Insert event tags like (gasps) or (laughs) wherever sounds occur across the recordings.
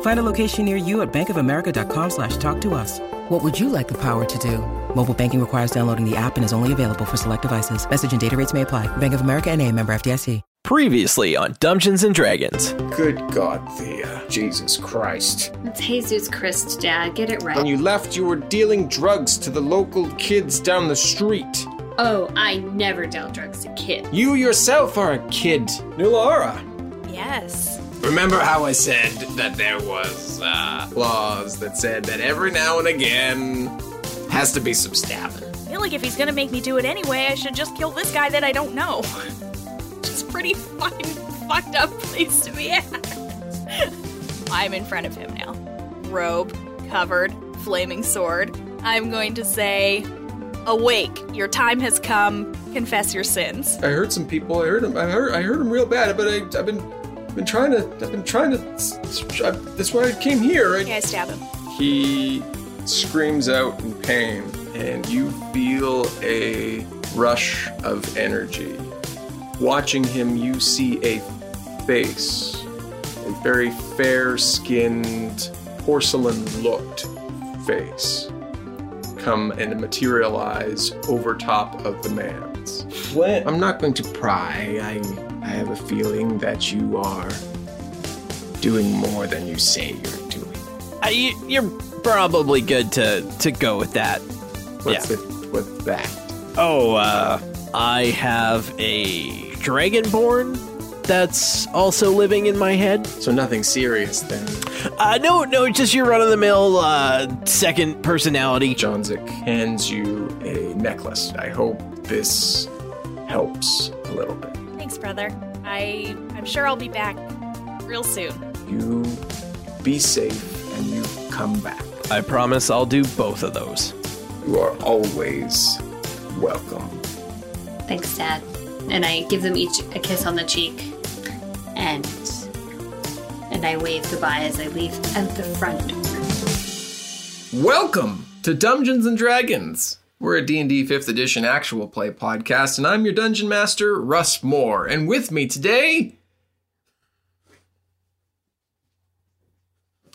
Find a location near you at bankofamerica.com slash talk to us. What would you like the power to do? Mobile banking requires downloading the app and is only available for select devices. Message and data rates may apply. Bank of America and a member FDIC. Previously on Dungeons and Dragons. Good God, Thea. Jesus Christ. It's Jesus Christ, Dad. Get it right. When you left, you were dealing drugs to the local kids down the street. oh, I never dealt drugs to kids. You yourself are a kid. Nulara. Yes. Remember how I said that there was uh, laws that said that every now and again has to be some stabbing. I feel like if he's gonna make me do it anyway, I should just kill this guy that I don't know. (laughs) It's pretty fucking fucked up place to be at. (laughs) I'm in front of him now. Robe, covered, flaming sword. I'm going to say, Awake, your time has come, confess your sins. I heard some people. I heard him. I heard. I heard him real bad. But I, I've been, been trying to. I've been trying to. s- s- I- that's why I came here. I, Okay, I stab him. He screams out in pain, and you feel a rush of energy. Watching him, you see a face, a very fair skinned, porcelain looked face, come and materialize over top of the man's. What? I'm not going to pry. I, I have a feeling that you are doing more than you say you're doing. Uh, you, you're probably good to, to go with that. What's Yeah. it? What's that? Oh, uh, I have a dragonborn that's also living in my head. So nothing serious then. Uh, no, no, just your run of the mill uh, second personality. Johnzik hands you a necklace. I hope this helps a little bit. Thanks, brother. I, I'm sure I'll be back real soon. You be safe and you come back. I promise I'll do both of those. You are always welcome. Thanks, Dad. And I give them each a kiss on the cheek, and and I wave goodbye as I leave out the front (laughs) door. Welcome to Dungeons and Dragons. We're a D&D 5th edition actual play podcast and I'm your dungeon master Russ Moore and with me today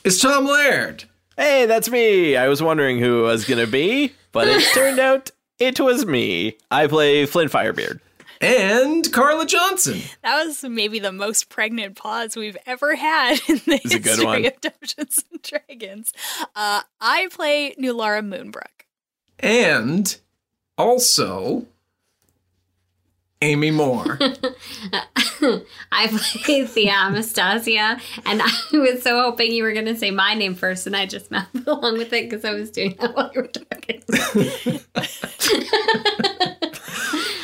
is Tom Laird. Hey, that's me. I was wondering who it was going to be, but (laughs) it turned out it was me. I play Flint Firebeard. and Carla Johnson. That was maybe the most pregnant pause we've ever had (laughs) in the It's a good history one. of Dungeons and Dragons. Uh, I play Nulara Moonbrook. And also Amy Moore. I play Thea Anastasia, and I was so hoping you were going to say my name first, and I just mouthed (laughs) along with it because I was doing that while you were (laughs) talking.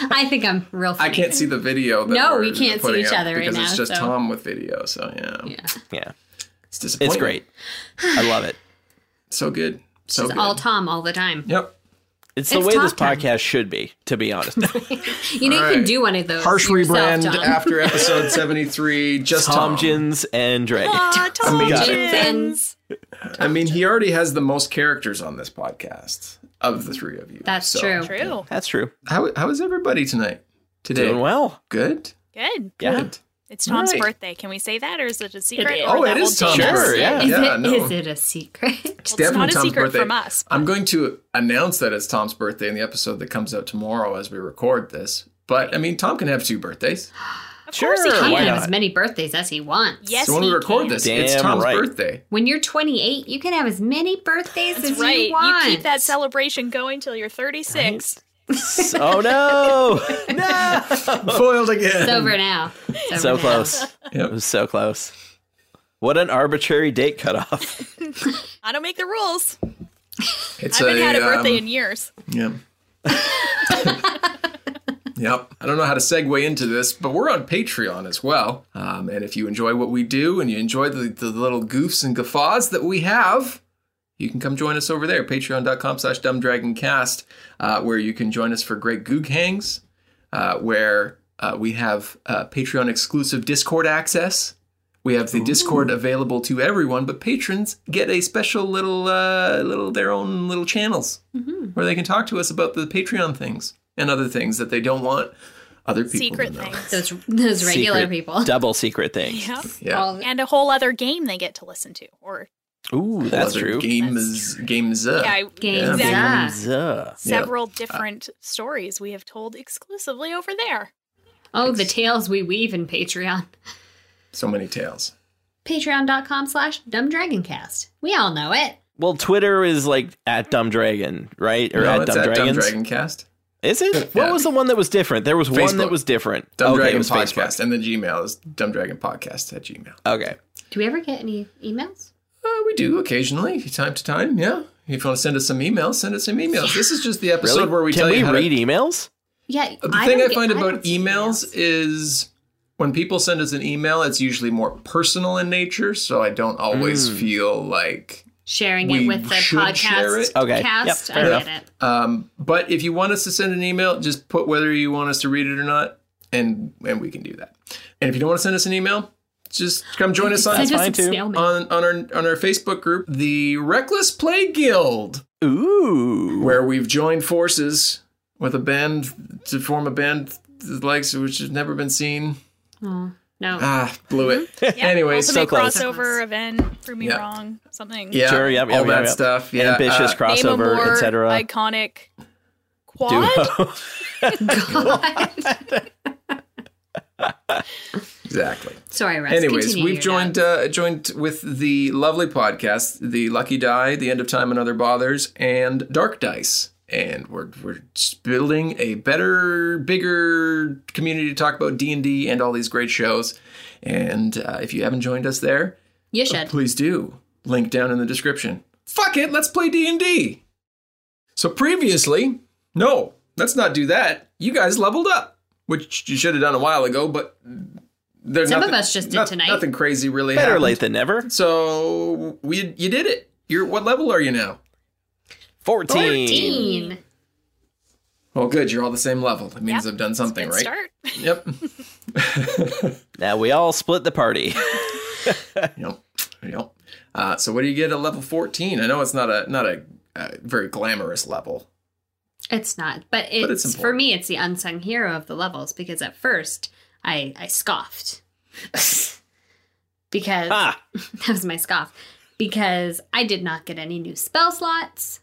(laughs) I think I'm real I funny. can't see the video. That No, we're we can't see putting each up other right because it's now, just so- Tom with video. So yeah, Yeah. Yeah, it's disappointing. it's great. I love it. So good. So It's good. all Tom all the time. yep. It's the It's way this top ten. podcast should be, to be honest. You know, you can right. do one of those. Harsh yourself, rebrand Tom. (laughs) after episode seventy three. Just Tom. Tom Jins and Dragon. (laughs) Ah, Tom Got it. Jins. I mean, he already has the most characters on this podcast of the three of you. That's So- true. True. That's true. How how is everybody tonight? Today, Doing (laughs) well. good. Good. Yeah. Good. It's Tom's Right. birthday. Can we say that, or is it a secret? is. Or Oh, it that is will Tom's date us? Sure, birthday. yeah. Is, yeah it, no. is it a secret? Well, it's not a Tom's secret birthday. from us. I'm going to announce that it's Tom's birthday in the episode that comes out tomorrow as we record this. But I mean, Tom can have two birthdays. Of Sure. course he He can. Why can have not? as many birthdays as he wants. Yes, so when we he record can. this, Damn it's Tom's right. (laughs) birthday. (laughs) When you're 28, you can have as many birthdays That's as right. you want. keep that celebration going till you're 36. oh (laughs) no! No! Foiled again. It's over now. It's (laughs) So over now. (laughs) close. It Yep. was so close. What an arbitrary date cutoff. I don't make the rules. I It's haven't had a birthday um, in years. Yeah. (laughs) yep. I don't know how to segue into this, but we're on Patreon as well. Um, and if you enjoy what we do and you enjoy the, the little goofs and guffaws that we have, you can come join us over there, patreon.com slash dumbdragoncast, uh, where you can join us for great goog hangs, uh, where uh, we have uh, Patreon exclusive Discord access. We have the Discord available to everyone, but patrons get a special little, uh, little their own little channels Mm-hmm. where they can talk to us about the Patreon things and other things that they don't want other people to Secret know. things. Those, those regular Secret- people. Double secret thing. (laughs) Yeah. Yeah. All- And a whole other game they get to listen to. Or Ooh, that's Other true. Games, games. Uh, yeah, I- Games. Yeah. exactly. Yeah. Zuh. Several Uh, different stories we have told exclusively over there. Oh, the tales we weave in Patreon. So many tales. Patreon.com slash dumbdragoncast. We all know it. Well, Twitter is like at Dumb Dragon, right? Or No, at it's Dumb at Dragons. Dumb Dragon Cast, Is it? Yeah. What was the one that was different? There was one Facebook. that was different. Dumb okay, it Dragon was Podcast, Facebook. and the Gmail is Dumb Dragon Podcast at Gmail. Okay. Do we ever get any emails? Uh, we do occasionally, time to time. Yeah. If you want to send us some emails, send us some emails. This is just the episode Really? where we Can tell we you how to- Uh, read e- emails? Yeah. The thing don't I get- find about don't see emails, is when people send us an email, it's usually more personal in nature, so I don't always Hmm. feel like Sharing we it with the should share podcast. it. Okay. Cast. Yep, fair I enough. get it. Um, but if you want us to send an email, just put whether you want us to read it or not, and and we can do that. And if you don't want to send us an email, just come join us on Send us fine, some too. snail mail. Oh, on, on our on our Facebook group, the Reckless Play Guild, Ooh. where we've joined forces with a band to form a band the likes of which has never been seen. Oh, no. Ah, blew it. Mm-hmm. Yeah, (laughs) Anyway, so ultimate close. crossover event. Prove me Yeah. wrong. Something. yeah, Sure, yep, yep, all yep, that yep. stuff. Yeah, Ambitious uh, Name a crossover, more etc. iconic (laughs) Duo. quad. exactly. Sorry, Russ. Anyways, Continue we've your joined dog. uh, joined with the lovely podcast, The Lucky Die, The End of Time and Other Bothers, and Dark Dice. And we're, we're just building a better, bigger community to talk about D&D and all these great shows. And uh, if you haven't joined us there, you should. please do. Link down in the description. Fuck it, let's play D&D. So previously, no, let's not do that. You guys leveled up, which you should have done a while ago, but there's Some of nothing- us just did tonight. Nothing crazy really Better happened. late than never. So we you did it. You're what level are you now? 14. 15. Well, good. You're all the same level. It means I've done something, right? Good start. Yep. (laughs) Now we all split the (laughs) party. Yep. Yep. Uh, so what do you get at level 14? I know it's not a not a, uh very glamorous level. It's not, but it's, it's for important. me. It's the unsung hero of the levels because at first I I scoffed (laughs) because ah. (laughs) that was my scoff because I did not get any new spell slots.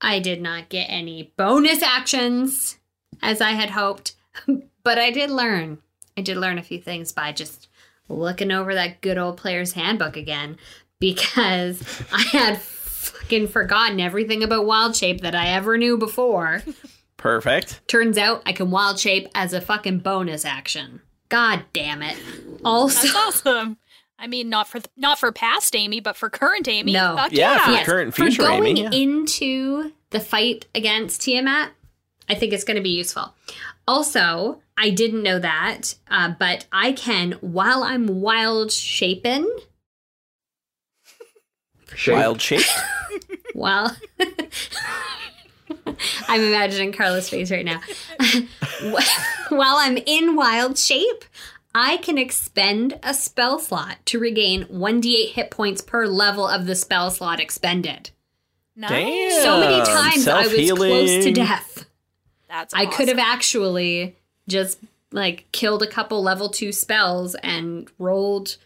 I did not get any bonus actions as I had hoped, (laughs) but I did learn. I did learn a few things by just looking over that good old player's handbook again (laughs) because I had fucking forgotten everything about wild shape that I ever knew before. (laughs) Perfect. Turns out I can wild shape as a fucking bonus action. God damn it. Also, That's awesome. I mean, not for not for past Amy, but for current Amy. No. Fuck Yeah, yeah. for Yes, current for future going Amy. into the fight against Tiamat, I think it's going to be useful. Also, I didn't know that, uh, but I can while I'm wild shapen, Wild shape. while (laughs) I'm imagining Carla's face right now. (laughs) while I'm in wild shape, I can expend a spell slot to regain 1d8 hit points per level of the spell slot expended. Nice. Damn. So many times I was close to Um, Self-healing. death. That's I could have awesome. actually just like killed a couple level two spells and rolled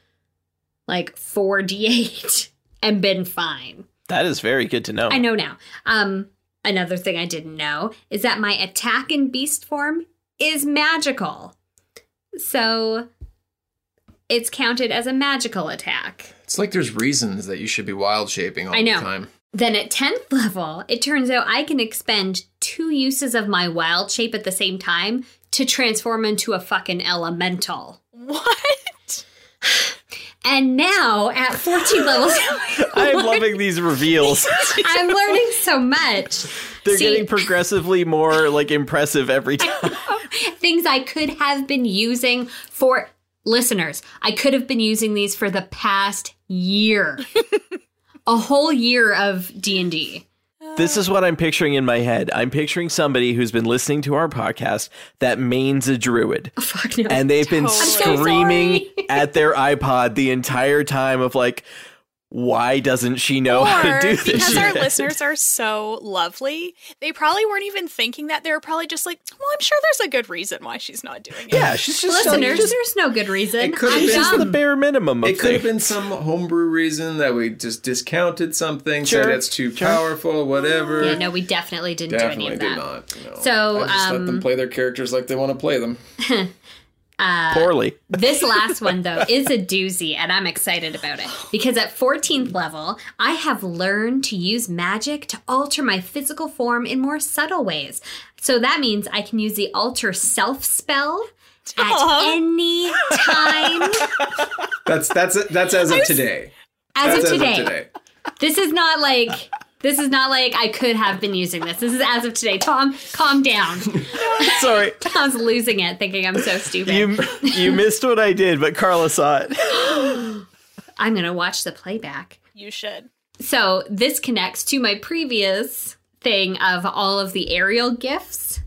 like (laughs) 4d8 and been fine. That is very good to know. I know now. Um, another thing I didn't know is that my attack in beast form is magical. So it's counted as a magical attack. It's like there's reasons that you should be wild shaping all I know. the time. Then at 10th (laughs) level, it turns out I can expend two uses of my wild shape at the same time to transform into a fucking elemental. (laughs) What? And now at 14 levels, I'm loving these reveals. (laughs) I'm learning so much. (laughs) They're See- getting progressively more like impressive every time. things I could have been using for listeners. I could have been using these for the past year. a whole year of D&D. This is what I'm picturing in my head. I'm picturing somebody who's been listening to our podcast that mains a druid. Oh, Fuck no. and they've been so screaming at their iPod the entire time of like, why doesn't she know how to Or, Oh, do this? because our yet? listeners are so lovely, they probably weren't even thinking that. They were probably just like, well, I'm sure there's a good reason why she's not doing it. yeah, she's just some- listeners, just- there's no good reason. It could have I'm been- just dumb. the bare minimum. Of It could have things. been some homebrew reason that we just discounted something, Sure, said it's too sure. powerful, whatever. Yeah, no, we definitely didn't do any Definitely of that. did not. no. So, I just let them um, play their characters like they want to play them. poorly. This last one, though, is a doozy, and I'm excited about it. Because at 14th level, I have learned to use magic to alter my physical form in more subtle ways. So that means I can use the alter self spell at Aw. any time That's that's that's (laughs) as of today. as That's of as today. of today. This is not like. This is not like I could have been using this. This is as of today. Tom, calm down. (laughs) (laughs) Sorry, Tom's losing it, thinking I'm so stupid. you you missed what I did, but Carla saw it. I'm gonna watch the playback. You should. So this connects to my previous thing of all of the aerial gifts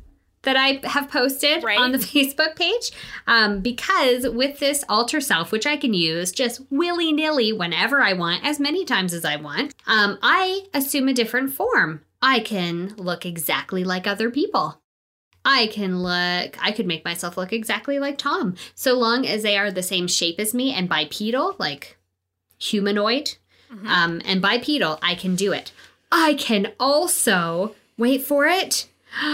that I have posted Right. on the (laughs) Facebook page. Um, because with this alter self, which I can use just willy nilly whenever I want, as many times as I want, um, I assume a different form. I can look exactly like other people. I can look, I could make myself look exactly like Tom, so long as they are the same shape as me and bipedal, like humanoid um, and bipedal, I can do it. I can also, wait for it, (gasps)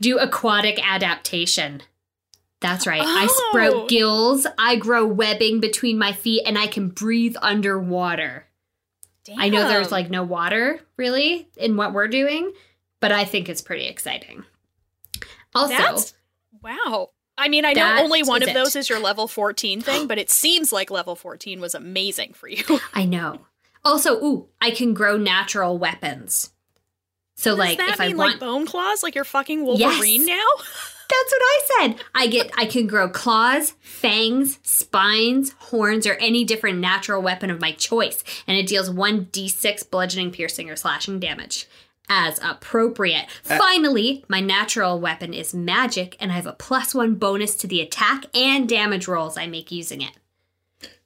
do aquatic adaptation. That's right. I Oh. sprout gills, I grow webbing between my feet, and I can breathe underwater. I know there's Damn. like no water really in what we're doing, but I think it's pretty exciting. Also, That's- wow. I mean, I know That only one is of it. those is your level 14 (gasps) thing, but it seems like level 14 was amazing for you. (laughs) I know. Also, ooh, I can grow natural weapons. So, like, Does that if mean I want like bone claws, like you're fucking Wolverine now? (laughs) That's what I said. I get I can grow claws, fangs, spines, horns, or any different natural weapon of my choice, and it deals 1d6 bludgeoning, piercing, or slashing damage as appropriate. Uh, Finally, my natural weapon is magic, and I have a plus one bonus to the attack and damage rolls I make using it.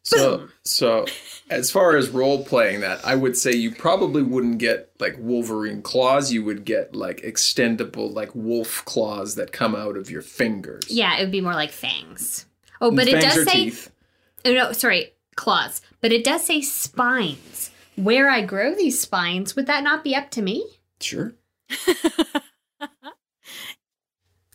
So so as far as role playing that, I would say you probably wouldn't get like Wolverine claws. You would get like extendable like wolf claws that come out of your fingers. Yeah, it would be more like fangs. Oh, but it Fangs or does say teeth. Oh, no, sorry, claws. But it does say spines. Where I grow these spines, would that not be up to me? Sure.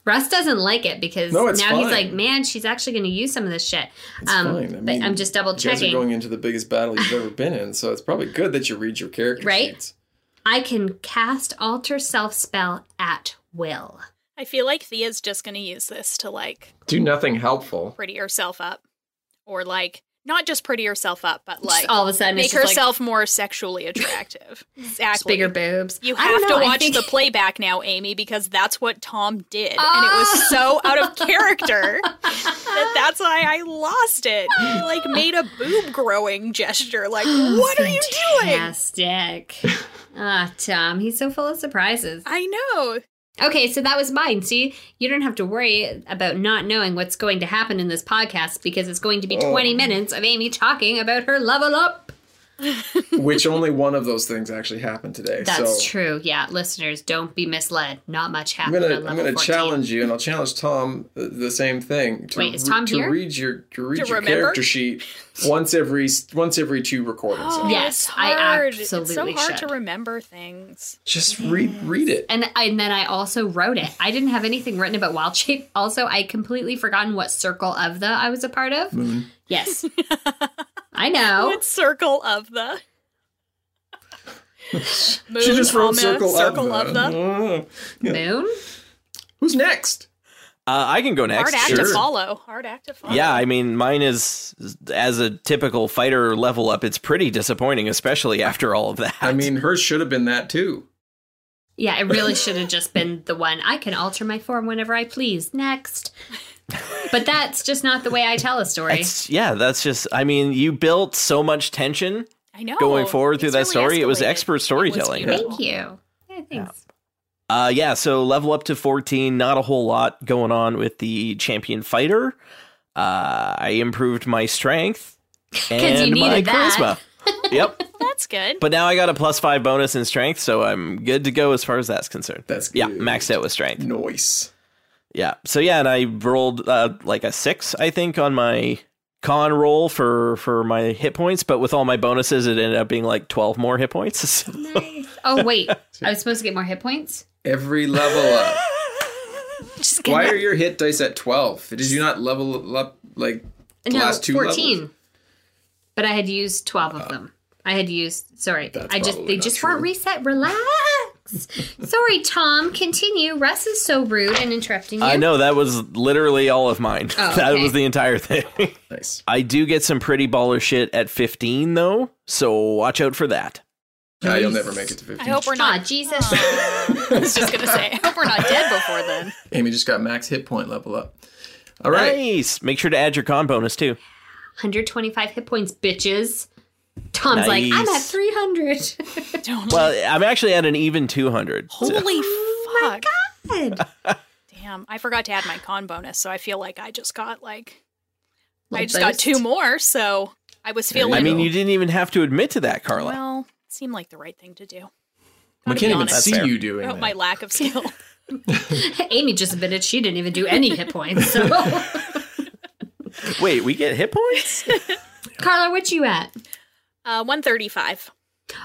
Russ doesn't like it because No, it's now he's fine. like, man, she's actually going to use some of this shit. It's fine. I Um, but mean, I'm just double You guys are going checking. into the biggest battle you've ever been in, so it's probably good that you read your character Right? sheets. I can cast alter self spell at will. I feel like Thea's just going to use this to like Do nothing helpful. pretty herself up or like not just pretty herself up, but like just all of a sudden, make it's just herself more sexually attractive. (laughs) like, exactly. bigger boobs. You I don't have know, to I watch think- (laughs) the playback now, Amy, because that's what Tom did. And it Ah. was so out of (laughs) character that that's why I lost it. He, like, made a boob growing gesture. (gasps) Like, what are you doing? Fantastic. Ah, Tom, he's so full of surprises. I know. Okay, so that was mine. See, you don't have to worry about not knowing what's going to happen in this podcast because it's going to be 20 Oh. minutes of Amy talking about her level up. Which only one of those things actually happened today. so That's true. Yeah, listeners, don't be misled. Not much I'm happened. gonna on I'm level gonna 14. challenge you, and I'll challenge Tom the, the same thing. To Wait, is re- Tom to here? read your to read To your remember? character sheet once every once every two recordings? Oh, (gasps) Yes, it's I hard. It's so absolutely hard should. to remember things. Just read read it. And and then I also wrote it. I didn't have anything written about wild shape. (laughs) Also, I completely forgotten what circle of the I was a part of. Yes, I know. (laughs) What circle of the? Moon, She just wrote Alma, circle, circle of the. (laughs) Moon? Who's next? Uh, I can go Hard next. act sure. to follow. Hard act to follow. Yeah, I mean, mine is as a typical fighter level up. It's pretty disappointing, especially after all of that. I mean, hers should have been that too. Yeah, it really should have just been the one. I can alter my form whenever I please. Next. But that's just not the way I tell a story. That's- yeah, that's just. I mean, you built so much tension I know. going forward through It's that really story. It was escalated. expert storytelling. It was Thank you. Yeah, thanks. Uh, yeah, so level up to 14. Not a whole lot going on with the champion fighter. Uh, I improved my strength you and my needed that. charisma. yep. That's good. But now I got a plus five bonus in strength, so I'm good to go as far as that's concerned. That's yeah, good. maxed out with strength. Noise. Yeah. So yeah, and I rolled uh, like a six, I think, on my con roll for for my hit points, but with all my bonuses, it ended up being like twelve more hit points. (laughs) So- Nice. Oh, wait. I was supposed to get more hit points? Every level up. (laughs) Just get Why are your hit dice at 12? Did you not level up like the no, last two 14. levels? Uh, But I had used 12 of them. I had used, sorry. I just, probably they not just true. weren't reset. Relax. (laughs) sorry, Tom. Continue. Russ is so rude and interrupting you. I know that was literally all of mine. (laughs) Oh, that okay. was the entire thing. (laughs) Nice. I do get some pretty baller shit at 15 though, so watch out for that. Yeah, you'll never make it to 15. I hope we're Aw, not. Jesus. (laughs) I was just gonna say. I hope we're not dead before then. Amy just got max hit point level up. All right. Nice. Make sure to add your con bonus too. 125 hit points, bitches. Tom's like, I'm at Nice. (laughs) 300. (laughs) Don't. Well, I'm actually at an even 200. so- Holy fuck! God. (laughs) Damn, I forgot to add my con bonus, so I feel like I just got like I Little just got boost. two more. So I was feeling. I mean, you didn't even have to admit to that, Carla. well, seemed like the right thing to do. we Gotta can't be even honest. see fair. you I doing hope that. my lack of skill. (laughs) Amy just admitted she didn't even do (laughs) any hit points. So, (laughs) Wait, we get hit points? Carla, what you at? Uh, One thirty-five.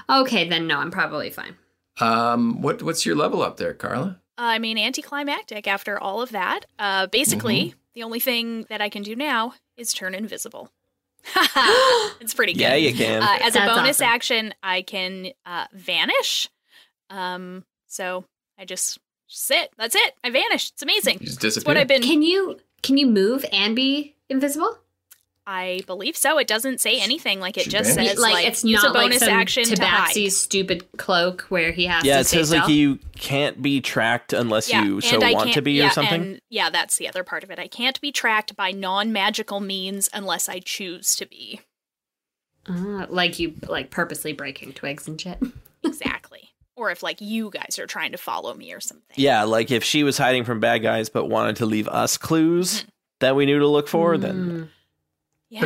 Okay, then no, I'm probably fine. Um, what what's your level up there, Carla? I mean, anticlimactic after all of that. Uh, basically, Mm-hmm. the only thing that I can do now is turn invisible. (gasps) it's pretty good. yeah, you can. Uh, as a That's bonus awesome. action, I can uh, vanish. Um, so I just sit. That's it. I vanish. It's amazing. You just It's disappear. what I've been. Can you can you move and be invisible? I believe so. It doesn't say anything. Like it She just vanished. says like, it's use not a bonus like some action to hide. Tabaxi's stupid cloak where he has yeah, to it stay says like still. you can't be tracked unless you so and I want to can't- be yeah, or something. and- yeah, that's the other part of it. I can't be tracked by non-magical means unless I choose to be. Ah, like you like purposely breaking twigs and shit. Exactly. (laughs) or if like you guys are trying to follow me or something. Yeah, like if she was hiding from bad guys but wanted to leave us clues that we knew to look for, Hmm. then Mm-hmm. Mm, Yeah.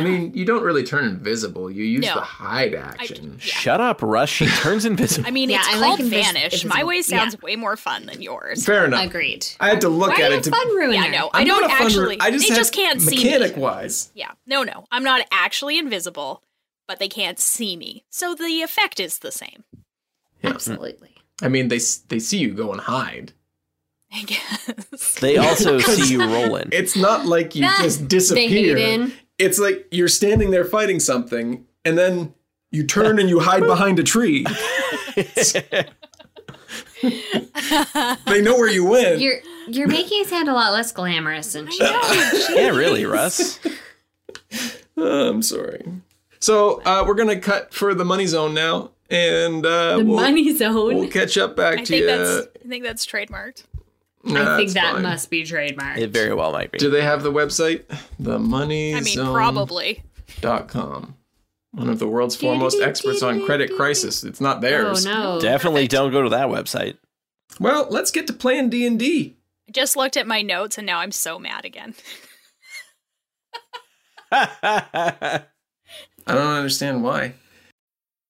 I mean, you don't really turn invisible. You use No. the hide action. Yeah. shut up, Rush. She (laughs) turns invisible. I mean, Yeah, it's I like called invis- vanish. My invisible- way sounds yeah. way more fun than yours. Fair enough. Agreed. I had to look Why at are you it to a fun ruiner? I know. I'm I not don't a fun ru- actually. I just they have- just can't see me. mechanic wise. Yeah. No, no. I'm not actually invisible, but they can't see me. So the effect is the same. (laughs) Absolutely. I mean, they s- they see you go and hide. I guess. They (laughs) (laughs) also see you rolling. It's not like you Nah, just They disappear. hate in. It's like you're standing there fighting something, and then you turn and you hide behind (laughs) a tree. they know where you went. You're you're making it sound a lot less glamorous and shit. (laughs) yeah, really, Russ. Uh, I'm sorry. So uh, we're gonna cut for the money zone now, and uh, The we'll, money zone. we'll catch up back I to think you. that's I think that's trademarked. I think that must be trademarked. It very well might be. Do they have the website? The money I um, mean, probably. One of the world's foremost experts on credit crisis. It's not oh theirs. no. Definitely don't go to that website. (laughs) Well, let's get to playing D and D. I just looked at my notes and now I'm so mad again. I don't understand why.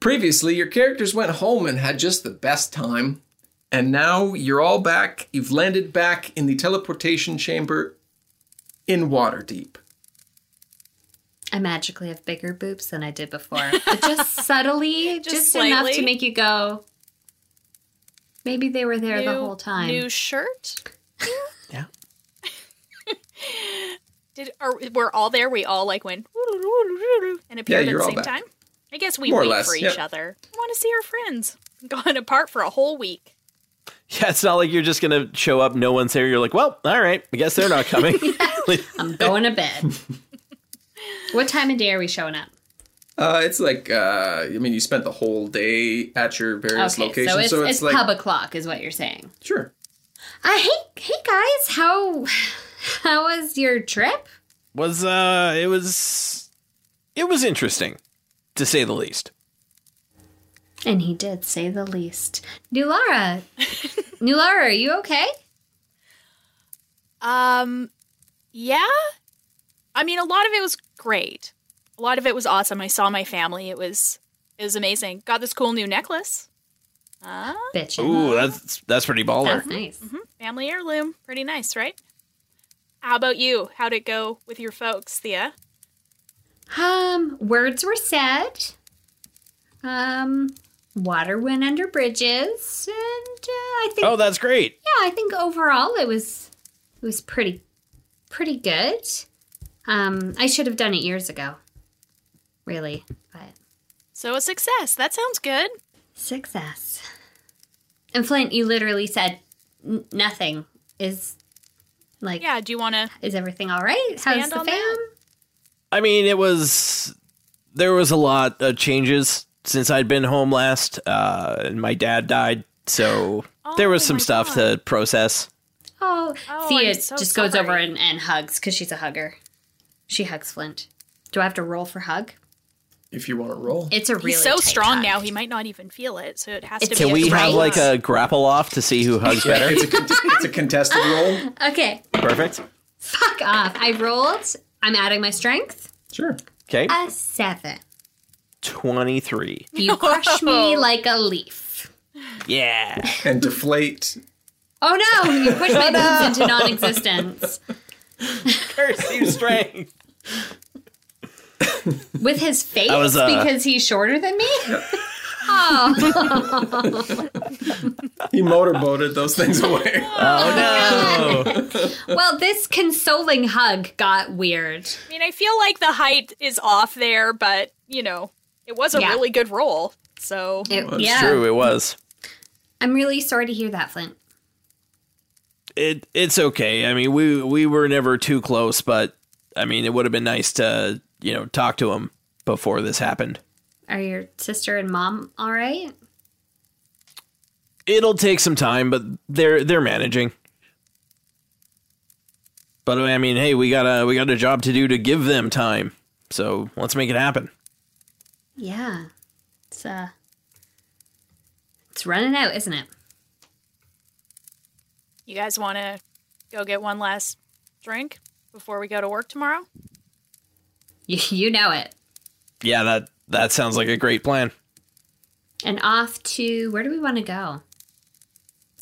Previously, your characters went home and had just the best time. And now you're all back. You've landed back in the teleportation chamber in Waterdeep. I magically have bigger boobs than I did before, but (laughs) just subtly, Just just, enough to slightly. make you go. Maybe they were there the New- whole time. (laughs) New shirt. Yeah. (laughs) Did are we're all there? We all like went and appeared you're at the all same back. time. I guess we More or wait less, for each yeah. other. We want to see our friends. (laughs) Gone apart for a whole week. Yeah, it's not like you're just gonna show up, no one's there. You're like, well, all right, I guess they're not (laughs) coming. (laughs) Like, I'm going to bed. (laughs) what time of day are we showing up? Uh, it's like, uh, I mean, you spent the whole day at your various Okay, locations. so it's, it's, like, pub o'clock, is what you're saying. sure. Uh, hey, hey guys, how how was your trip? was uh, it was, it was interesting, to say the least. And he did say the least. (laughs) Nulara, Nulara, are you okay? Um, yeah. I mean, a lot of it was great. A lot of it was awesome. I saw my family. It was it was amazing. Got this cool new necklace. Uh, Bitch. Ooh, that's that's pretty baller. that's nice. family heirloom. Pretty nice, right? How about you? How'd it go with your folks, Thea? Um, words were said. Um, water went under bridges, and uh, I think Oh, that's great. yeah, I think overall it was it was pretty pretty good. Um, I should have done it years ago, really, but So a success. That sounds good. success. And Flint, you literally said n- nothing. Is like Yeah. Do you want to? is everything all right? How's Expand the on fam? that. I mean, it was there was a lot of changes since I'd been home last, uh, and my dad died, so there was Oh some my stuff God. to process. Oh, Oh, Thea I'm so just goes sorry. over and, and hugs because she's a hugger. She hugs Flint. Do I have to roll for hug? If you want to roll. It's a really He's so tight strong hug. now. He might not even feel it. So it has to It's- be. Can a we Right. have great- like a grapple off to see who hugs Yeah, better? it's a, con- it's a contested (laughs) roll. Okay, Perfect. fuck off. I rolled. I'm adding my strength. Sure. Okay, A (laughs) seven. twenty three. You crush me like a leaf. Yeah. And deflate. Oh (laughs) no! You push my boobs into non-existence. Curse you, strength. (laughs) With his face was, uh, because he's shorter than me? oh, He motorboated those things away. Oh no. (laughs) well, this consoling hug got weird. I mean, I feel like the height is off there, but you know, it was a Yeah. really good roll. So It- Well, it's yeah. True, it was. I'm really sorry to hear that, Flint. It it's okay. I mean, we we were never too close, but I mean, it would have been nice to you know talk to him before this happened. Are your sister and mom all right? It'll take some time, but they're they're managing. But I mean, hey, we got a we got a job to do to give them time. So let's make it happen. Yeah. It's uh It's running out, isn't it? (laughs) you guys want to go get one last drink before we go to work tomorrow? You, you know it. Yeah, that that sounds like a great plan. And off to where do we want to go?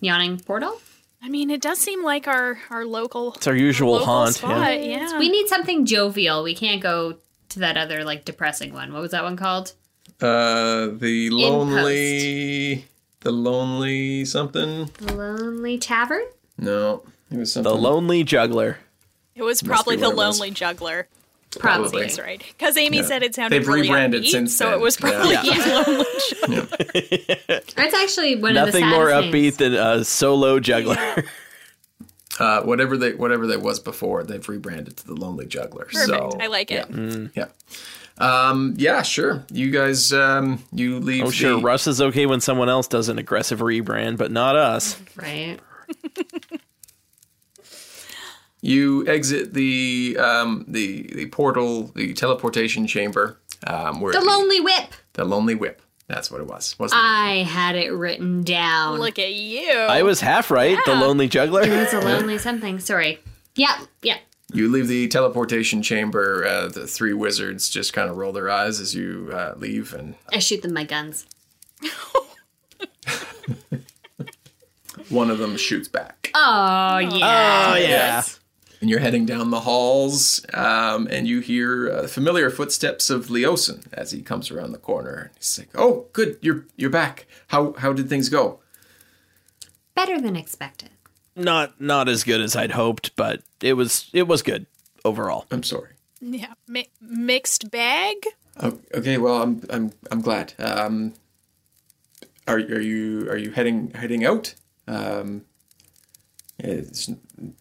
Yawning portal? I mean, it does seem like our our local It's our usual local haunt. Yeah. spot. Yeah. We need something jovial. We can't go to that other like depressing one. What was that one called? (laughs) Uh, the lonely. The lonely something? The Lonely Tavern? No. It was something. The lonely juggler. It was be probably the what it was. lonely juggler. Probably. That's right. Because Amy Yeah. said it sounded They've really rebranded upbeat, since so then. it was probably Yeah. the (laughs) lonely That's actually one of the Nothing more saddest upbeat things. than a solo juggler. (laughs) Uh, whatever they whatever that was before, they've rebranded to the Lonely Juggler. So Perfect. I like it. Yeah, Mm. yeah. Um, yeah, sure. You guys, um, you leave. Oh, sure. the- Russ is okay when someone else does an aggressive rebrand, but not us. Right. You exit the um, the the portal, the teleportation chamber. Um, where The Lonely Whip. the lonely whip. That's what it was. Wasn't it? I had it written down. Look at you. I was half right. The lonely juggler. It's a lonely something. Sorry. Yeah, yeah. You leave the teleportation chamber. Uh, the three wizards just kind of roll their eyes as you uh, leave, and I shoot them my guns. one of them shoots back. Oh yeah. Oh (laughs) yeah. And you're heading down the halls, um, and you hear uh, familiar footsteps of Leosin as he comes around the corner. He's like, "Oh, good, you're you're back. How how did things go?" Better than expected. Not not as good as I'd hoped, but it was it was good overall. I'm sorry. Yeah, mi- mixed bag. Oh, okay, well, I'm I'm I'm glad. Um, are are you are you heading heading out? Um, it's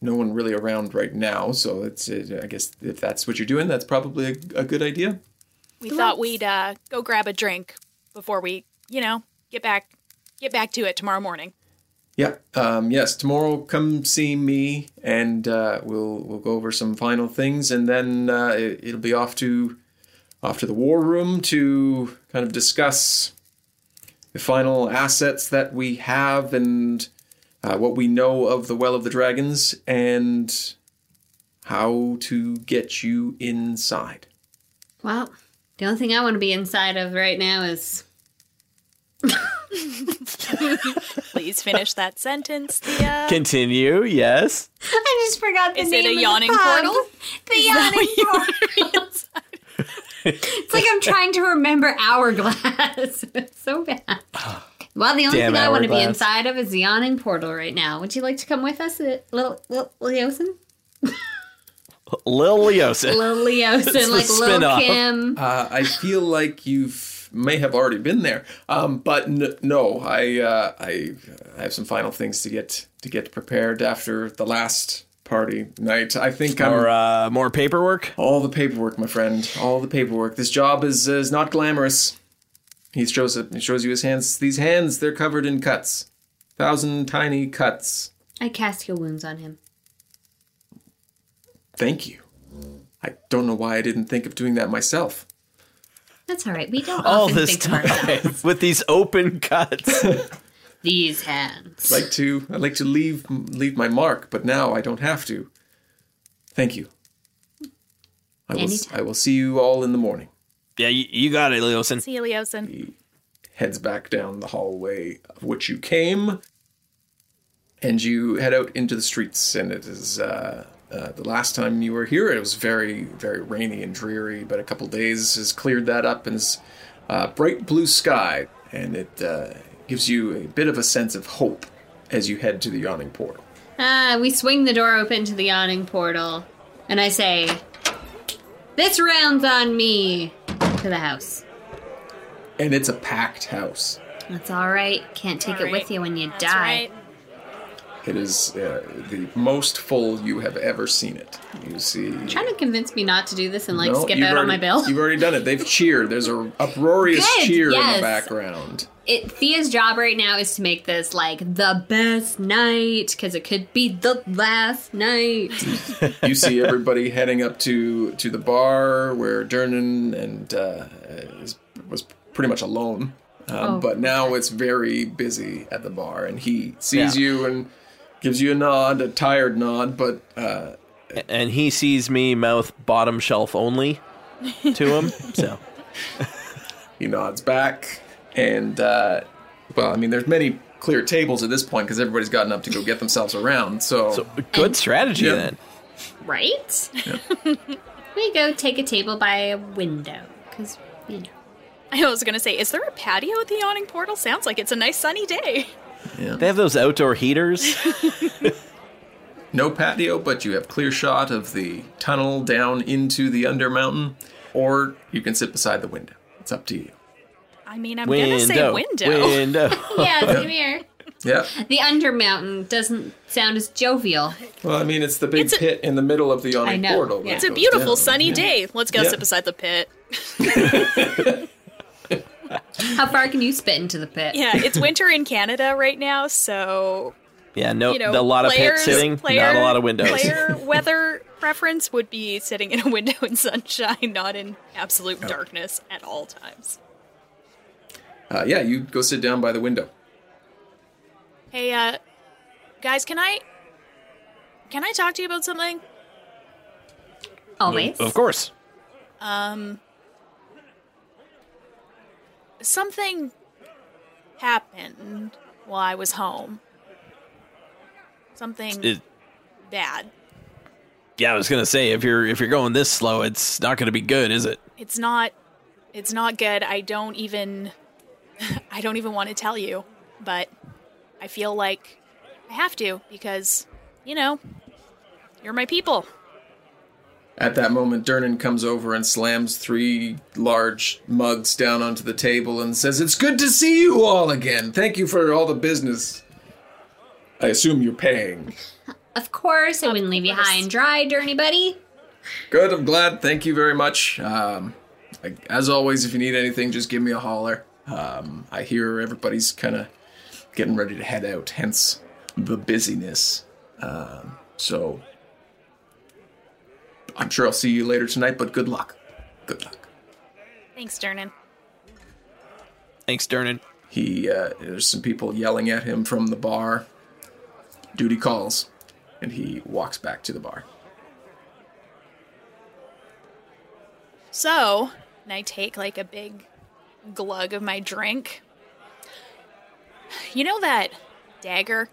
no one really around right now, so it's it, I guess if that's what you're doing, that's probably a, a good idea. We thought we'd uh, go grab a drink before we, you know, get back get back to it tomorrow morning. Yeah. Um, yes. Tomorrow, come see me, and uh, we'll we'll go over some final things, and then uh, it, it'll be off to off to the war room to kind of discuss the final assets that we have and uh, what we know of the Well of the Dragons and how to get you inside. Well, the only thing I want to be inside of right now is Please finish that (laughs) sentence, Thea. Continue. Yes. I just forgot the Is it name a of the yawning pub. portal? The yawning (laughs) portal. it's like I'm trying to remember hourglass. (laughs) it's so bad. Well, the only Damn thing I want to be Hourglass. inside of is the yawning portal right now. Would you like to come with us, uh, little little Leosin? Lil Leosin. (laughs) Little Leosin, the like little spin-off. Kim. Uh, I feel like you may have already been there, um, but n- no, I, uh, I I have some final things to get to get prepared after the last party night. I think I'm Or uh, more paperwork. all the paperwork, my friend. All the paperwork. This job is is not glamorous. He shows it. He shows you his hands. These hands, they're covered in cuts, thousand tiny cuts. I cast heal wounds on him. Thank you. I don't know why I didn't think of doing that myself. That's all right. We don't All often this think of ourselves. time (laughs) with these open cuts. (laughs) These hands. like to I like to leave leave my mark, but now I don't have to. Thank you. I will Anytime. I will see you all in the morning. yeah, you, you got it, Leosin. Celiosin. Heads back down the hallway of which you came, and you head out into the streets. And it is uh, uh, the last time you were here. It was very very rainy and dreary, but a couple days has cleared that up and is uh, bright blue sky, and it uh, gives you a bit of a sense of hope as you head to the yawning portal. Ah, we swing the door open to the yawning portal, and I say, This round's on me! To the house. and it's a packed house. That's all right. Can't take it with you when you That's die. right. It is uh, the most full you have ever seen it. You see, Trying to convince me not to do this and like No, skip you've out on already- my bill. You've already done it. They've cheered. There's a uproarious Good, cheer in yes. the background. It Thea's job right now is to make this like the best night because it could be the last night. You see everybody (laughs) heading up to to the bar where Dernan and uh, is, was pretty much alone. Um, Oh. But now it's very busy at the bar, and he sees Yeah. you and gives you a nod, a tired nod, but uh, and he sees me mouth bottom shelf only (laughs) to him. So He nods back, and uh, well, I mean, there's many clear tables at this point because everybody's gotten up to go get themselves around. So, good strategy Yep. then. (laughs) right? (laughs) we go take a table by a window because, you know. I was gonna say, is there a patio at the yawning portal? Sounds like it's a nice sunny day. They have those outdoor heaters. no patio, but you have clear shot of the tunnel down into the under mountain, or you can sit beside the window. It's up to you. I mean, (laughs) I'm window, gonna say window. window. Yeah, come here. Yeah. The Undermountain doesn't sound as jovial. Well, I mean, it's the big It's a- pit in the middle of the yawning I know, portal. yeah. that It's It's a goes beautiful down. sunny Yeah. day. Let's go Yeah. sit beside the pit. How far can you spit into the pit? Yeah, it's winter in Canada right now, so Yeah, no, (laughs) you know, a lot of players, pit sitting, player, not a lot of windows. Player (laughs) weather preference would be sitting in a window in sunshine, not in absolute darkness at all times. Uh, yeah, you go sit down by the window. Hey, uh, guys, can I can I talk to you about something? Always. Of course. Um, something happened while I was home. Something It, bad. yeah, I was gonna say if you're if you're going this slow, it's not gonna be good, is it? It's not. It's not good. I don't even. (laughs) I don't even want to tell you, but I feel like I have to because, you know, you're my people. At that moment, Dernan comes over and slams three large mugs down onto the table and says, It's good to see you all again. Thank you for all the business. I assume you're paying. Of course, I wouldn't leave you high and dry, dirty buddy. Good, I'm glad. Thank you very much. Um, I, as always, if you need anything, just give me a holler. Um, I hear everybody's kind of getting ready to head out, hence the busyness. Um, so I'm sure I'll see you later tonight, but good luck. Good luck. Thanks, Dernan. Thanks, Dernan. He uh, there's some people yelling at him from the bar. Duty calls, and he walks back to the bar. So, and I take like a big glug of my drink. You know that dagger?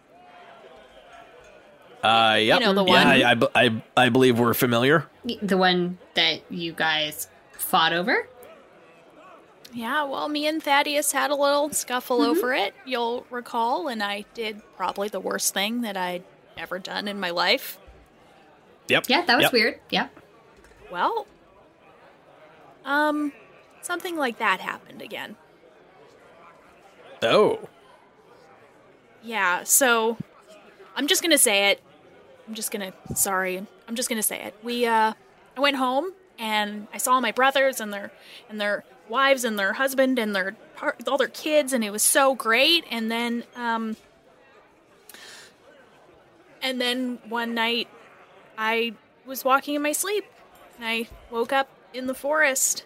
Uh, yep. know the Yeah, one. I, I b- I, I believe we're familiar. The one that you guys fought over. Yeah, well, me and Thaddeus had a little scuffle over it, you'll recall, and I did probably the worst thing that I'd ever done in my life. Yep. Yeah, that was Yep. weird. Yeah. Well, um, something like that happened again. Oh, Yeah, so I'm just gonna say it. I'm just gonna, sorry, I'm just gonna say it. We, uh, I went home and I saw my brothers and their, and their wives and their husband and their, par- all their kids and it was so great. And then, um, and then one night I was walking in my sleep and I woke up in the forest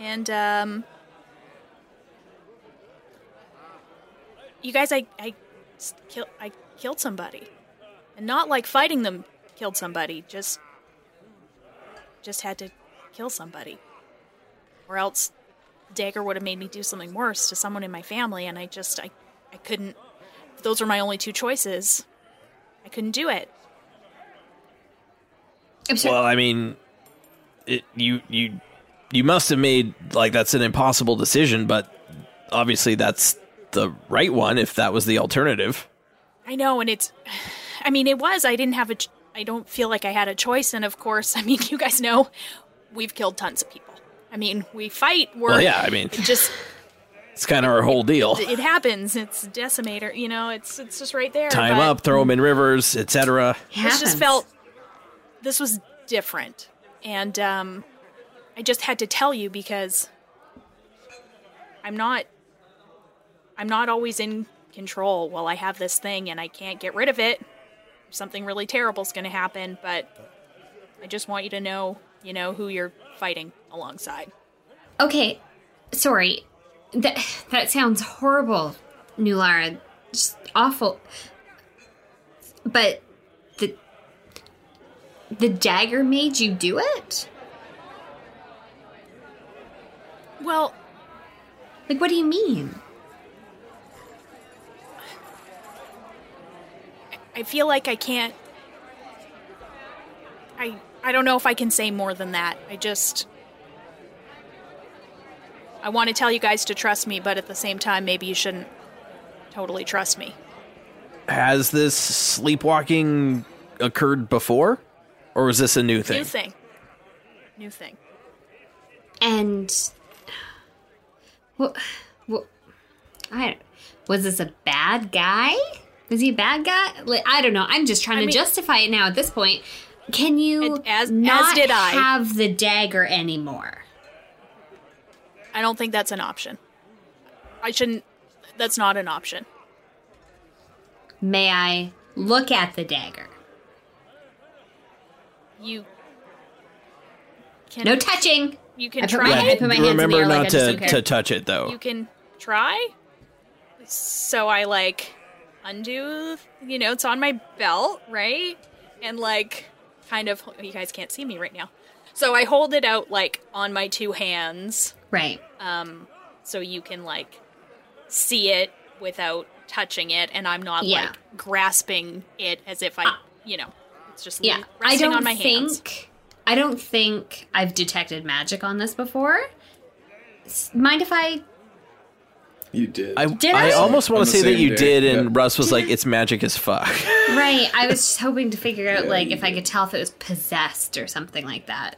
and, um, you guys i i s- kill i killed somebody and not like fighting them killed somebody just just had to kill somebody or else dagger would have made me do something worse to someone in my family and i just i i couldn't those were my only two choices i couldn't do it I'm sorry. well, I mean, it, you you you must have made like that's an impossible decision, but obviously that's the right one if that was the alternative. I know, and it's. (sighs) I mean, it was. I didn't have a. ch- I don't feel like I had a choice, and of course, (laughs) I mean, you guys know, we've killed tons of people. I mean, we fight. We're, Well, yeah, I mean- it just It's kind of our whole deal. it happens. It's decimator. You know, it's it's just right there. Time but up, throw them in rivers, etc. This just felt. This was different, and um, I just had to tell you because I'm not. I'm not always in control. Well, I have this thing, and I can't get rid of it. something really terrible's going to happen, but I just want you to know, you know, who you're fighting alongside. Okay, sorry. That that sounds horrible, New Lara. Just awful. But the the dagger made you do it. Well, Like, what do you mean? I feel like I can't I I don't know if I can say more than that. I just I want to tell you guys to trust me, but at the same time maybe you shouldn't totally trust me. Has this sleepwalking occurred before, or is this a new thing? New thing. New thing. And what? What? I was this a bad guy? Was he a bad guy? Like, I don't know. I'm just trying I to mean- justify it now. At this point, can you And as- as not did I. have the dagger anymore? I don't think that's an option. I shouldn't that's not an option. May I look at the dagger? You can No touching. you can I put my try hand- I it. put my hands in the remember air like not I just to, don't care. to touch it Oh. though. you can try. So I like undo, you know, it's on my belt, right? And like kind of you guys oh, can't see me right now. So I hold it out like on my two hands, Right. um, so you can like see it without touching it, and I'm not Yeah. like grasping it as if I, you know, it's just Yeah. le- resting I don't on my think hands. I don't think I've detected magic on this before. S- Mind if I You did. I, Did I I? almost want On to the say that same you day, did, and yeah. Russ was (laughs) like, "It's magic as fuck." Right. I was just hoping to figure out Yeah, like you if I did. could tell if it was possessed or something like that.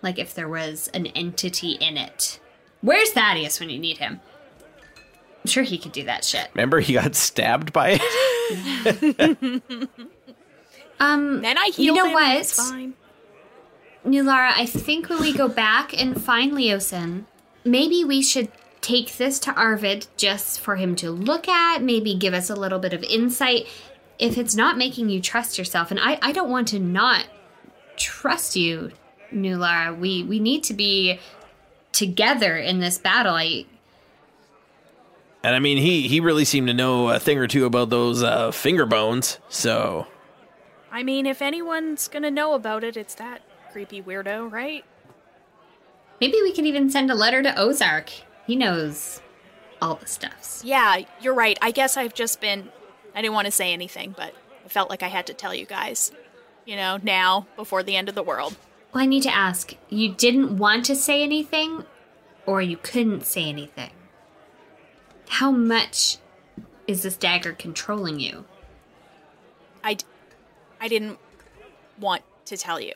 Like if there was an entity in it. Where's Thaddeus when you need him? I'm sure he could do that shit. Remember, he got stabbed by it. (laughs) Um Then I healed You know him, what? It's fine. Nulara, I think when we go back and find Leosin, maybe we should take this to Arvid just for him to look at, maybe give us a little bit of insight. If it's not making you trust yourself, and I, I don't want to not trust you, Nulara. We we need to be together in this battle. I And I mean, he he really seemed to know a thing or two about those uh, finger bones. So I mean, if anyone's gonna know about it, it's that creepy weirdo, right? maybe we could even send a letter to Ozark. He knows all the stuffs. Yeah, you're right. I guess I've just been. I didn't want to say anything, but I felt like I had to tell you guys. You know, now, before the end of the world. Well, I need to ask, you didn't want to say anything or you couldn't say anything? How much is this dagger controlling you? I, d- I didn't want to tell you.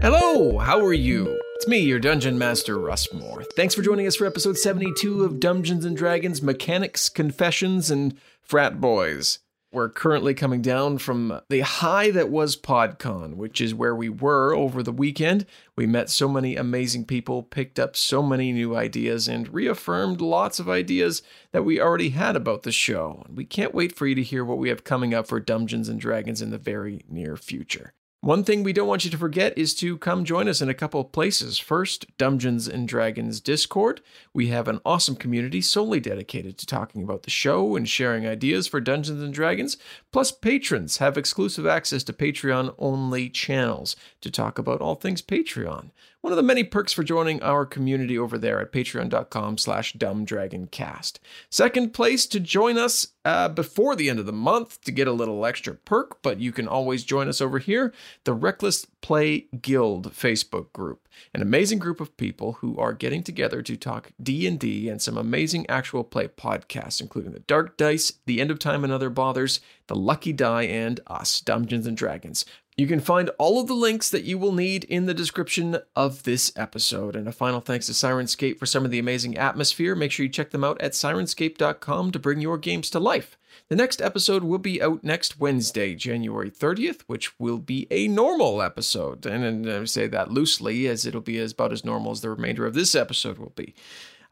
Hello, how are you? It's me, your dungeon master, Russ Moore. Thanks for joining us for episode 72 of Dungeons and Dragons Mechanics, Confessions, and Frat Boys. We're currently coming down from the high that was PodCon, which is where we were over the weekend. We met so many amazing people, picked up so many new ideas, and reaffirmed lots of ideas that we already had about the show. And we can't wait for you to hear what we have coming up for Dungeons and Dragons in the very near future. One thing we don't want you to forget is to come join us in a couple of places. First, Dungeons and Dragons Discord. We have an awesome community solely dedicated to talking about the show and sharing ideas for Dungeons and Dragons. Plus, patrons have exclusive access to Patreon only channels to talk about all things Patreon. One of the many perks for joining our community over there at patreon.com slash dumbdragoncast. Second place to join us uh, before the end of the month to get a little extra perk, but you can always join us over here, the Reckless Play Guild Facebook group, an amazing group of people who are getting together to talk D&D and some amazing actual play podcasts, including The Dark Dice, The End of Time and Other Bothers, The Lucky Die, and Us, Dungeons & Dragons. You can find all of the links that you will need in the description of this episode. And a final thanks to Sirenscape for some of the amazing atmosphere. Make sure you check them out at sirenscape.com to bring your games to life. The next episode will be out next Wednesday, January 30th, which will be a normal episode. And, and I say that loosely, as it'll be as about as normal as the remainder of this episode will be.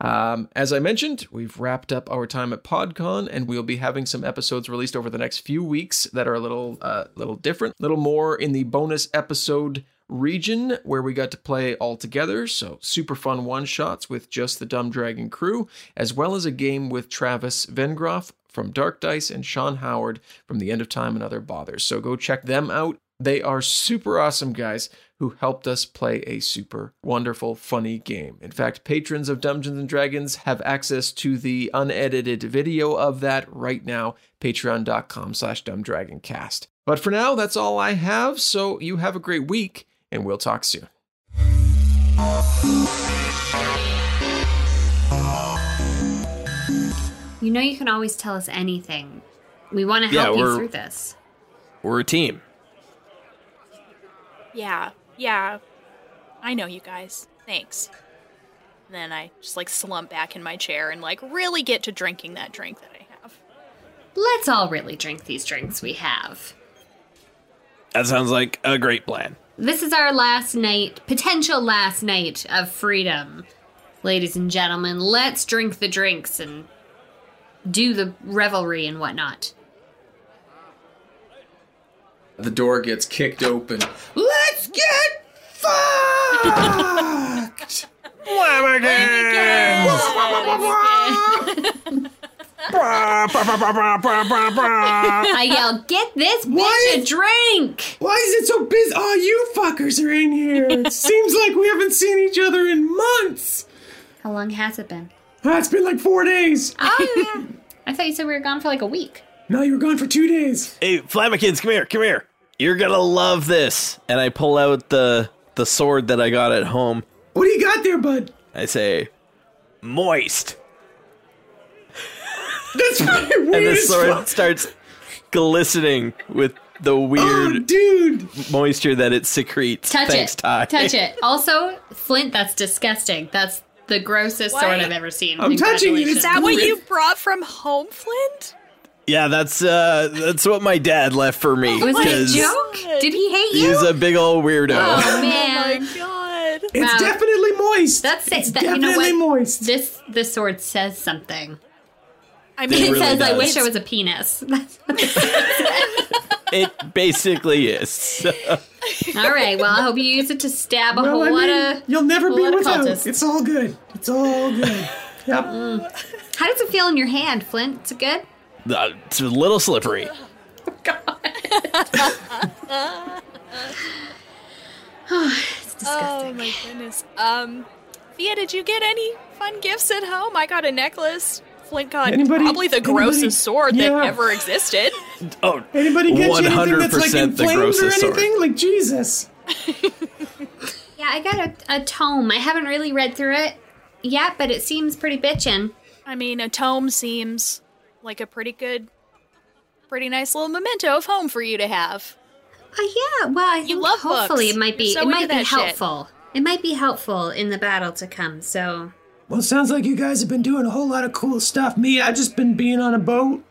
Um, as I mentioned, we've wrapped up our time at PodCon, and we'll be having some episodes released over the next few weeks that are a little, uh, little different, little more in the bonus episode region where we got to play all together. So super fun one shots with just the Dumb Dragon crew, as well as a game with Travis Vengroff from Dark Dice and Sean Howard from The End of Time and Other Bothers. So go check them out. They are super awesome guys who helped us play a super wonderful, funny game. In fact, patrons of Dungeons and Dragons have access to the unedited video of that right now, patreon.com slash dumbdragoncast. But for now, that's all I have, so you have a great week, and we'll talk soon. You know you can always tell us anything. We want to Yeah, help you we're- through this. we're a team. Yeah, yeah. I know you guys. Thanks. And then I just like slump back in my chair and like really get to drinking that drink that I have. Let's all really drink these drinks we have. That sounds like a great plan. This is our last night, potential last night of freedom. Ladies and gentlemen, let's drink the drinks and do the revelry and whatnot. The door gets kicked open. Let's get fucked! Yes! I (laughs) yell, get this bitch Why a is- drink. Why is it so busy? Oh, you fuckers are in here. It seems like we haven't seen each other in months. How long has it been? Ah, it's been like four days. Oh, yeah. (laughs) I thought you said we were gone for like a week. Now you were gone for two days. Hey, Flamikins, come here, come here. You're gonna love this. And I pull out the the sword that I got at home. What do you got there, bud? I say, moist. That's my And the weird sword starts glistening with the Oh, weird dude. moisture that it secretes. Touch Thanks, it. Ty. Touch it. Also, Flint, that's disgusting. That's the grossest Why? sword I've ever seen. I'm touching it. It's Congratulations. Is that what Ooh. you brought from home, Flint? Yeah, that's uh, that's what my dad left for me. Was it 'cause a joke? Did he hate you? He's a big old weirdo. (laughs) oh, Oh man. my god. It's Wow. definitely moist. That's it. It's That- you know definitely what? moist. This, this sword says something. I They It mean, really says, I does. wish I was a penis. (laughs) (laughs) It basically is. (laughs) All right. Well, I hope you use it to stab a Well, whole I lot mean, of. you'll never a be lot of without. cultists. Mm. It's all good. It's all (laughs) good. yep. How does it feel in your hand, Flint? Is it good? Uh, it's a little slippery. It's oh disgusting. my goodness. Um, Thea, did you get any fun gifts at home? I got a necklace. Flint got Anybody- probably the anybody- grossest sword yeah. that ever existed. Oh, Anybody get you anything that's like 100% the inflamed or grossest anything? sword. Like Jesus. yeah, I got a, a tome. I haven't really read through it yet, but it seems pretty bitchin'. I mean, a tome seems like a pretty good, pretty nice little memento of home for you to have. Oh yeah. Well, I think love hopefully books. it might be You're so it into might be that shit. helpful. It might be helpful in the battle to come. So Well, sounds like you guys have been doing a whole lot of cool stuff. Me, I've just been being on a boat.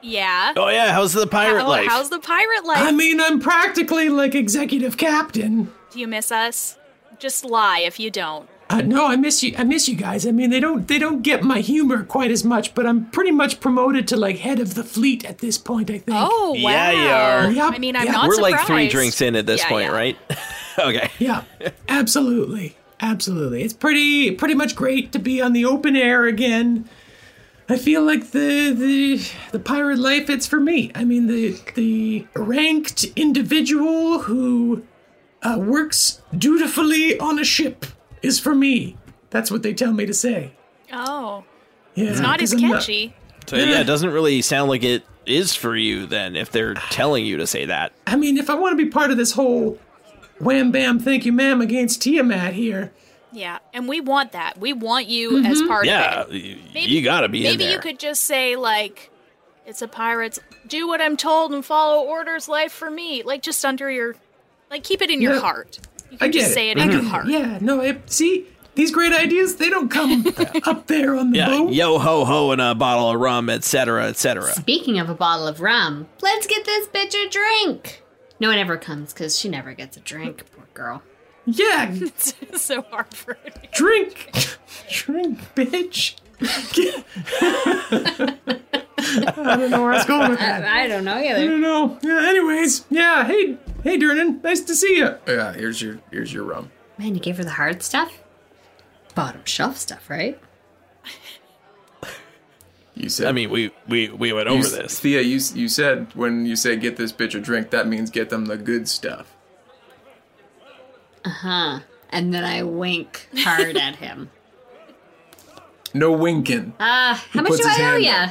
Yeah. oh yeah, how's the pirate How- life? How's the pirate life? I mean, I'm practically like executive captain. Do you miss us? Just lie if you don't. Uh, no, I miss you. I miss you guys. I mean, they don't they don't get my humor quite as much, but I'm pretty much promoted to like head of the fleet at this point. I think. Oh wow! Yeah, you are. Yep, I mean, I'm yeah. not We're surprised. like three drinks in at this Yeah, point, yeah. right? (laughs) okay. Yeah, absolutely, absolutely. It's pretty pretty much great to be on the open air again. I feel like the the the pirate life it's for me. I mean the the ranked individual who uh, works dutifully on a ship is for me. That's what they tell me to say. Oh, Yeah, it's not as 'cause I'm catchy. So yeah, it doesn't really sound like it is for you then if (sighs) they're telling you to say that. I mean, if I want to be part of this whole wham bam thank you ma'am against Tiamat here, Yeah, and we want that. We want you Mm-hmm. as part Yeah, of it. y you got to be in Maybe there. you could just say like, "It's a pirate's. Do what I'm told and follow orders. Life for me." Like just under your, like keep it in your Yeah. heart. You I can get just it. say it I in get your it. heart. Yeah, no, I, see, these great ideas, they don't (laughs) come up there on the yeah, boat. yo ho ho and a bottle of rum, etc., etc. speaking of a bottle of rum, let's get this bitch a drink. No one ever comes because she never gets a drink. Poor girl. Yeah, (laughs) It's so hard for it. drink. drink, bitch. I don't know where I was going with that. I don't know I either. don't know. Yeah, anyways, yeah, hey, hey, Dernan, nice to see you. Yeah, here's your, here's your rum. Man, you gave her the hard stuff. Bottom shelf stuff, right? You said, I mean, we we we went over this. Thea, you, you said when you say get this bitch a drink, that means get them the good stuff. Huh. And then I wink hard at him. No winking. Uh, how much puts do his I owe hand ya?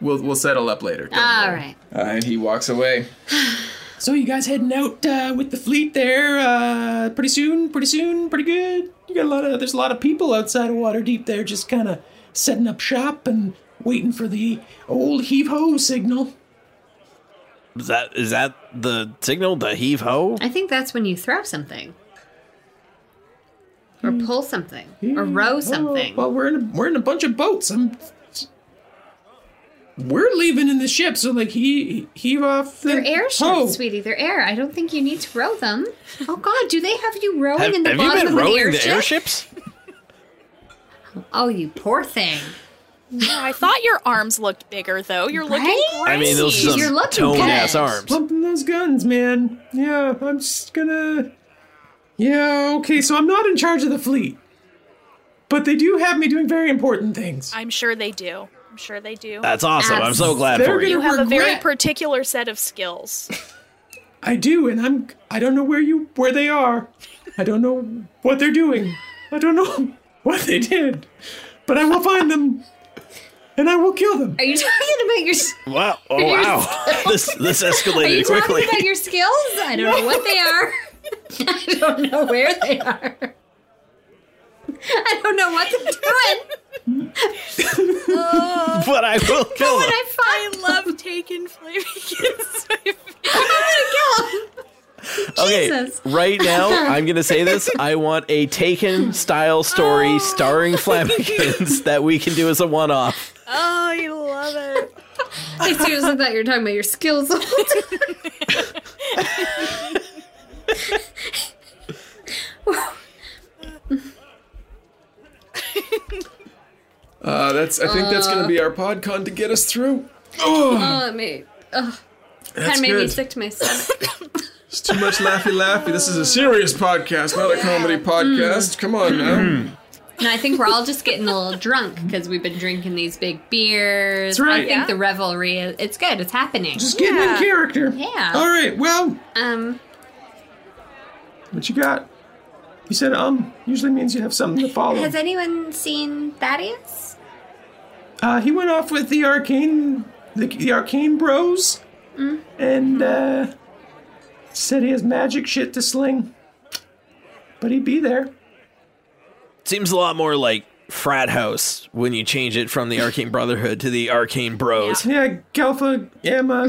We'll, we'll settle up later. All right. Uh, and he walks away. (sighs) so you guys heading out uh, with the fleet there uh, pretty soon? Pretty soon? Pretty good. You got a lot of there's a lot of people outside of Waterdeep there, just kind of setting up shop and waiting for the old heave ho signal. Is that is that the signal? The heave ho? I think that's when you throw something. Or pull something. Or row something. Well, we're in a, we're in a bunch of boats. I'm. We're leaving in the ship, so like he heave off. The They're air ships, ho. sweetie. They're air. I don't think you need to row them. Oh God, do they have you rowing Have, in the have you bottom been of rowing an airship? the airships? Oh, you poor thing. No, I thought your arms looked bigger though. You're looking Right? great. I mean, those are You're some looking tone ass good. arms. Pumping those guns, man. Yeah, I'm just gonna. Yeah, okay, so I'm not in charge of the fleet. But they do have me doing very important things. I'm sure they do. I'm sure they do. That's awesome. I'm so glad for Absolutely. you. you have a very regret- particular set of skills. I do, and I'm. I don't know where you where they are. I don't know what they're doing. I don't know (laughs) what they did, but I will find them, and I will kill them. Are you talking about your? s- Wow. Oh, (laughs) wow. this this Are you escalated quickly. talking about your skills? I don't know what they are. (laughs) I don't know where they are. (laughs) I don't know what they're doing. (laughs) but I (laughs) will kill But them. I find Oh, love. Love taken flaming (laughs) kiss. I want to kill them. Okay, Jesus. right (laughs) now I'm gonna say this. I want a Taken style story Oh. (laughs) starring Flamingos that we can do as a one-off. Oh, I love it. I (laughs) seriously thought you were talking about your skills. (laughs) Uh, that's. I think that's going to be our podcon to get us through. Oh, oh, it made, ugh, kind that's of made me good. sick to (laughs) my stomach. It's too much laughy laughy. This is a serious podcast, not a comedy podcast. Come on now. and I think we're all just getting a little drunk because we've been drinking these big beers. That's right. I think Yeah. the revelry is it's good. It's happening. Just getting in character. Yeah. All right. Well, Um, what you got? You said um. Usually means you have something to follow. has anyone seen Thaddeus? Uh, he went off with the arcane, the, the arcane bros, Mm-hmm. and uh, said he has magic shit to sling. But he'd be there. Seems a lot more like frat house when you change it from the Arcane Brotherhood to the Arcane Bros. Yeah, Galfa, (laughs) Gamma.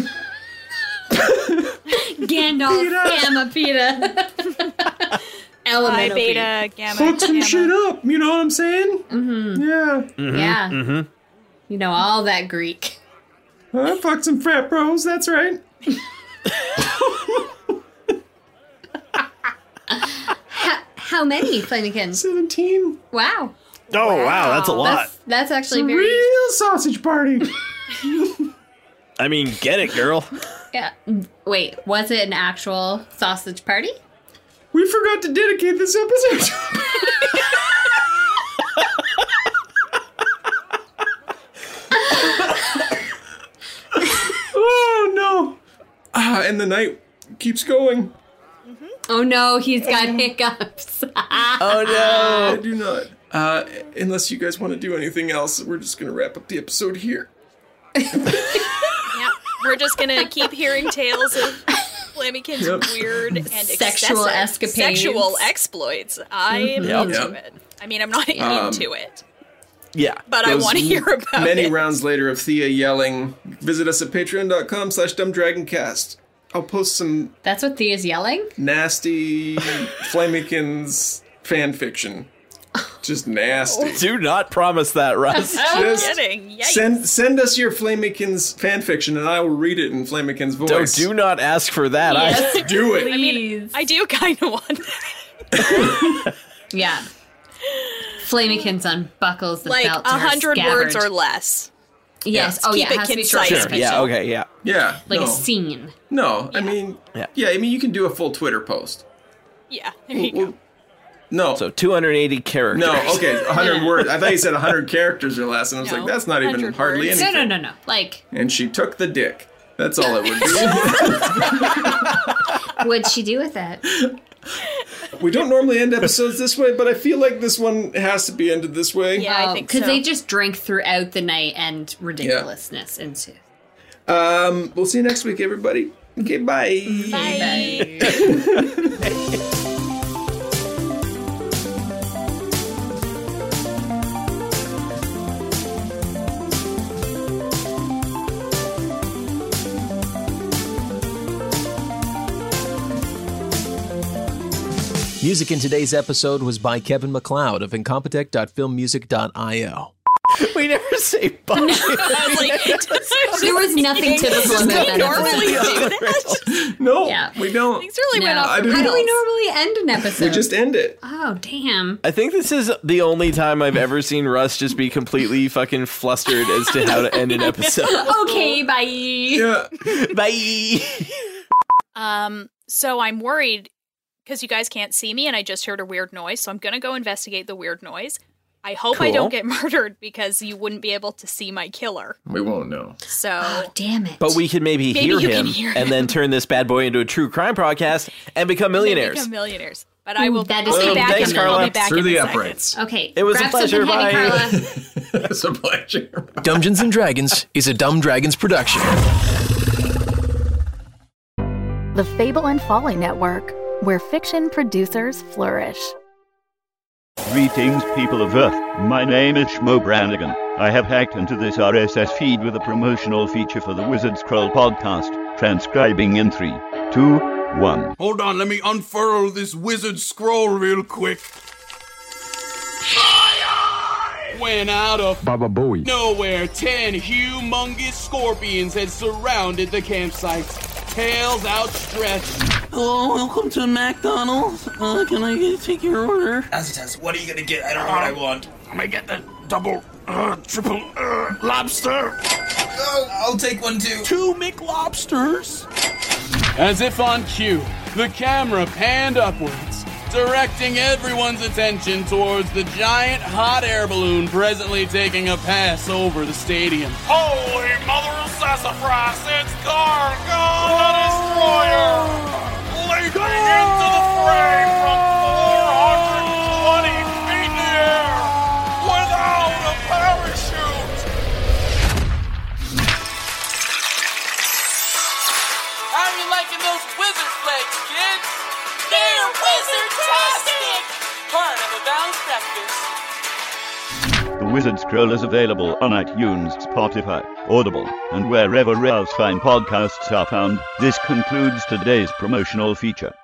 Gandalf, Gamma, Peta, (laughs) Hi, Elemental Peta. beta, gamma. Fuck some gamma. shit up. You know what I'm saying? Mm-hmm. Yeah. Yeah, you know all that Greek. I fucked some frat bros. That's right. How many Flamekins? Seventeen. Wow, Oh wow, that's a lot. that's, that's actually very Real sausage party. I mean, get it, girl. yeah. Wait, was it an actual sausage party? we forgot to dedicate this episode. oh no! Ah, and the night keeps going. Oh no, he's got hiccups. (laughs) (laughs) Oh no. I do not. Uh, unless you guys want to do anything else, we're just gonna wrap up the episode here. Yep. We're just gonna keep hearing tales of Flamikins' Yep. weird and Sexual excessive escapades. sexual exploits. I'm Yep. Mm-hmm. into Yep. Um, it. I mean, I'm not into it, Yeah. but I Those want to hear about Many it. rounds later of Thea yelling. Visit us at patreon.com slash dumbdragoncast. I'll post some That's what Thea's yelling. nasty Flamikins fan fiction. Just Oh, nasty. Do not promise that, Russ. Just Kidding. Yikes. send send us your Flamikins fan fiction and I will read it in Flamikins Don't voice. do not ask for that. I, do it. I mean, I do kind of want that. yeah. Flamekins unbuckles the like belt. a hundred words less. or less. Yes. Oh yeah, keep it it has to be concise. short. sure. Yeah. Okay. Yeah. Yeah. Like no. a scene. No, I mean Yeah. yeah. I mean you can do a full Twitter post. Yeah, (laughs) there you Well, go. No. So 280 characters. no, okay, (laughs) 100 words. I thought you said 100 characters or less, and I was No, like, that's not even 100 hardly words. No, anything. no, no, no. Like, And she took the dick. That's all it would (laughs) what'd she do with (laughs) it? be. we don't normally end episodes this way, but I feel like this one has to be ended this way. Yeah, I think so. because they just drank throughout the night and ridiculousness ensued. Um, we'll see you next week, everybody. Okay, bye. Bye. Music in today's episode was by Kevin McLeod of incompetech.filmmusic.io. (laughs) We never say bye. (laughs) (laughs) I was like, (laughs) there was nothing typical about that. normally episode. do that. No, Yeah. we don't. Things really went No. off. I the didn't- How do rails. we normally end an episode? We just end it. oh damn. I think this is the only time I've ever seen Russ just be completely fucking flustered as to how to end an (laughs) episode. Okay, bye. Uh-huh. Yeah. Bye. Um, so I'm worried because you guys can't see me, and I just heard a weird noise. So I'm gonna go investigate the weird noise. I hope I don't Cool. get (laughs) murdered because you wouldn't be able to see my killer. We won't know. So (gasps) Oh, damn it. But we could maybe, Maybe hear, you can him hear him. and then turn this bad boy into a true crime podcast and become millionaires. Become millionaires. But I will. That That is I'll be amazing. back Thanks, in, I'll Carla. be back Through in the a second. uprights. (laughs) Okay. It was a grab pleasure. Something heavy, Bye. Carla. It's a pleasure. Dungeons and Dragons is a Dumb Dragons production. The Fable and Folly Network, where fiction producers flourish. Greetings, people of Earth. My name is Shmo Branigan. I have hacked into this RSS feed with a promotional feature for the Wizard Scroll podcast, transcribing in three, two, one. Hold on, let me unfurl this wizard scroll real quick. When out of Baba Bowie. nowhere, ten humongous scorpions had surrounded the campsite, tails outstretched. Hello, welcome to McDonald's. Uh, can I get, take your order? What are you gonna get? I don't know what Um, I want. I'm gonna get the double, uh, triple, uh, lobster. Oh, I'll take one too. Two McLobsters. As if on cue, the camera panned upwards, directing everyone's attention towards the giant hot air balloon presently taking a pass over the stadium. Holy mother of sassafras, it's Gargo the Destroyer! Leaping into the frame from 420 feet in the air without a parachute! How you liking those wizard flags, kids? They're wizard-tastic! Part of a balanced breakfast. The Wizard Scroll is available on iTunes, Spotify, Audible, and wherever else fine podcasts are found. This concludes today's promotional feature.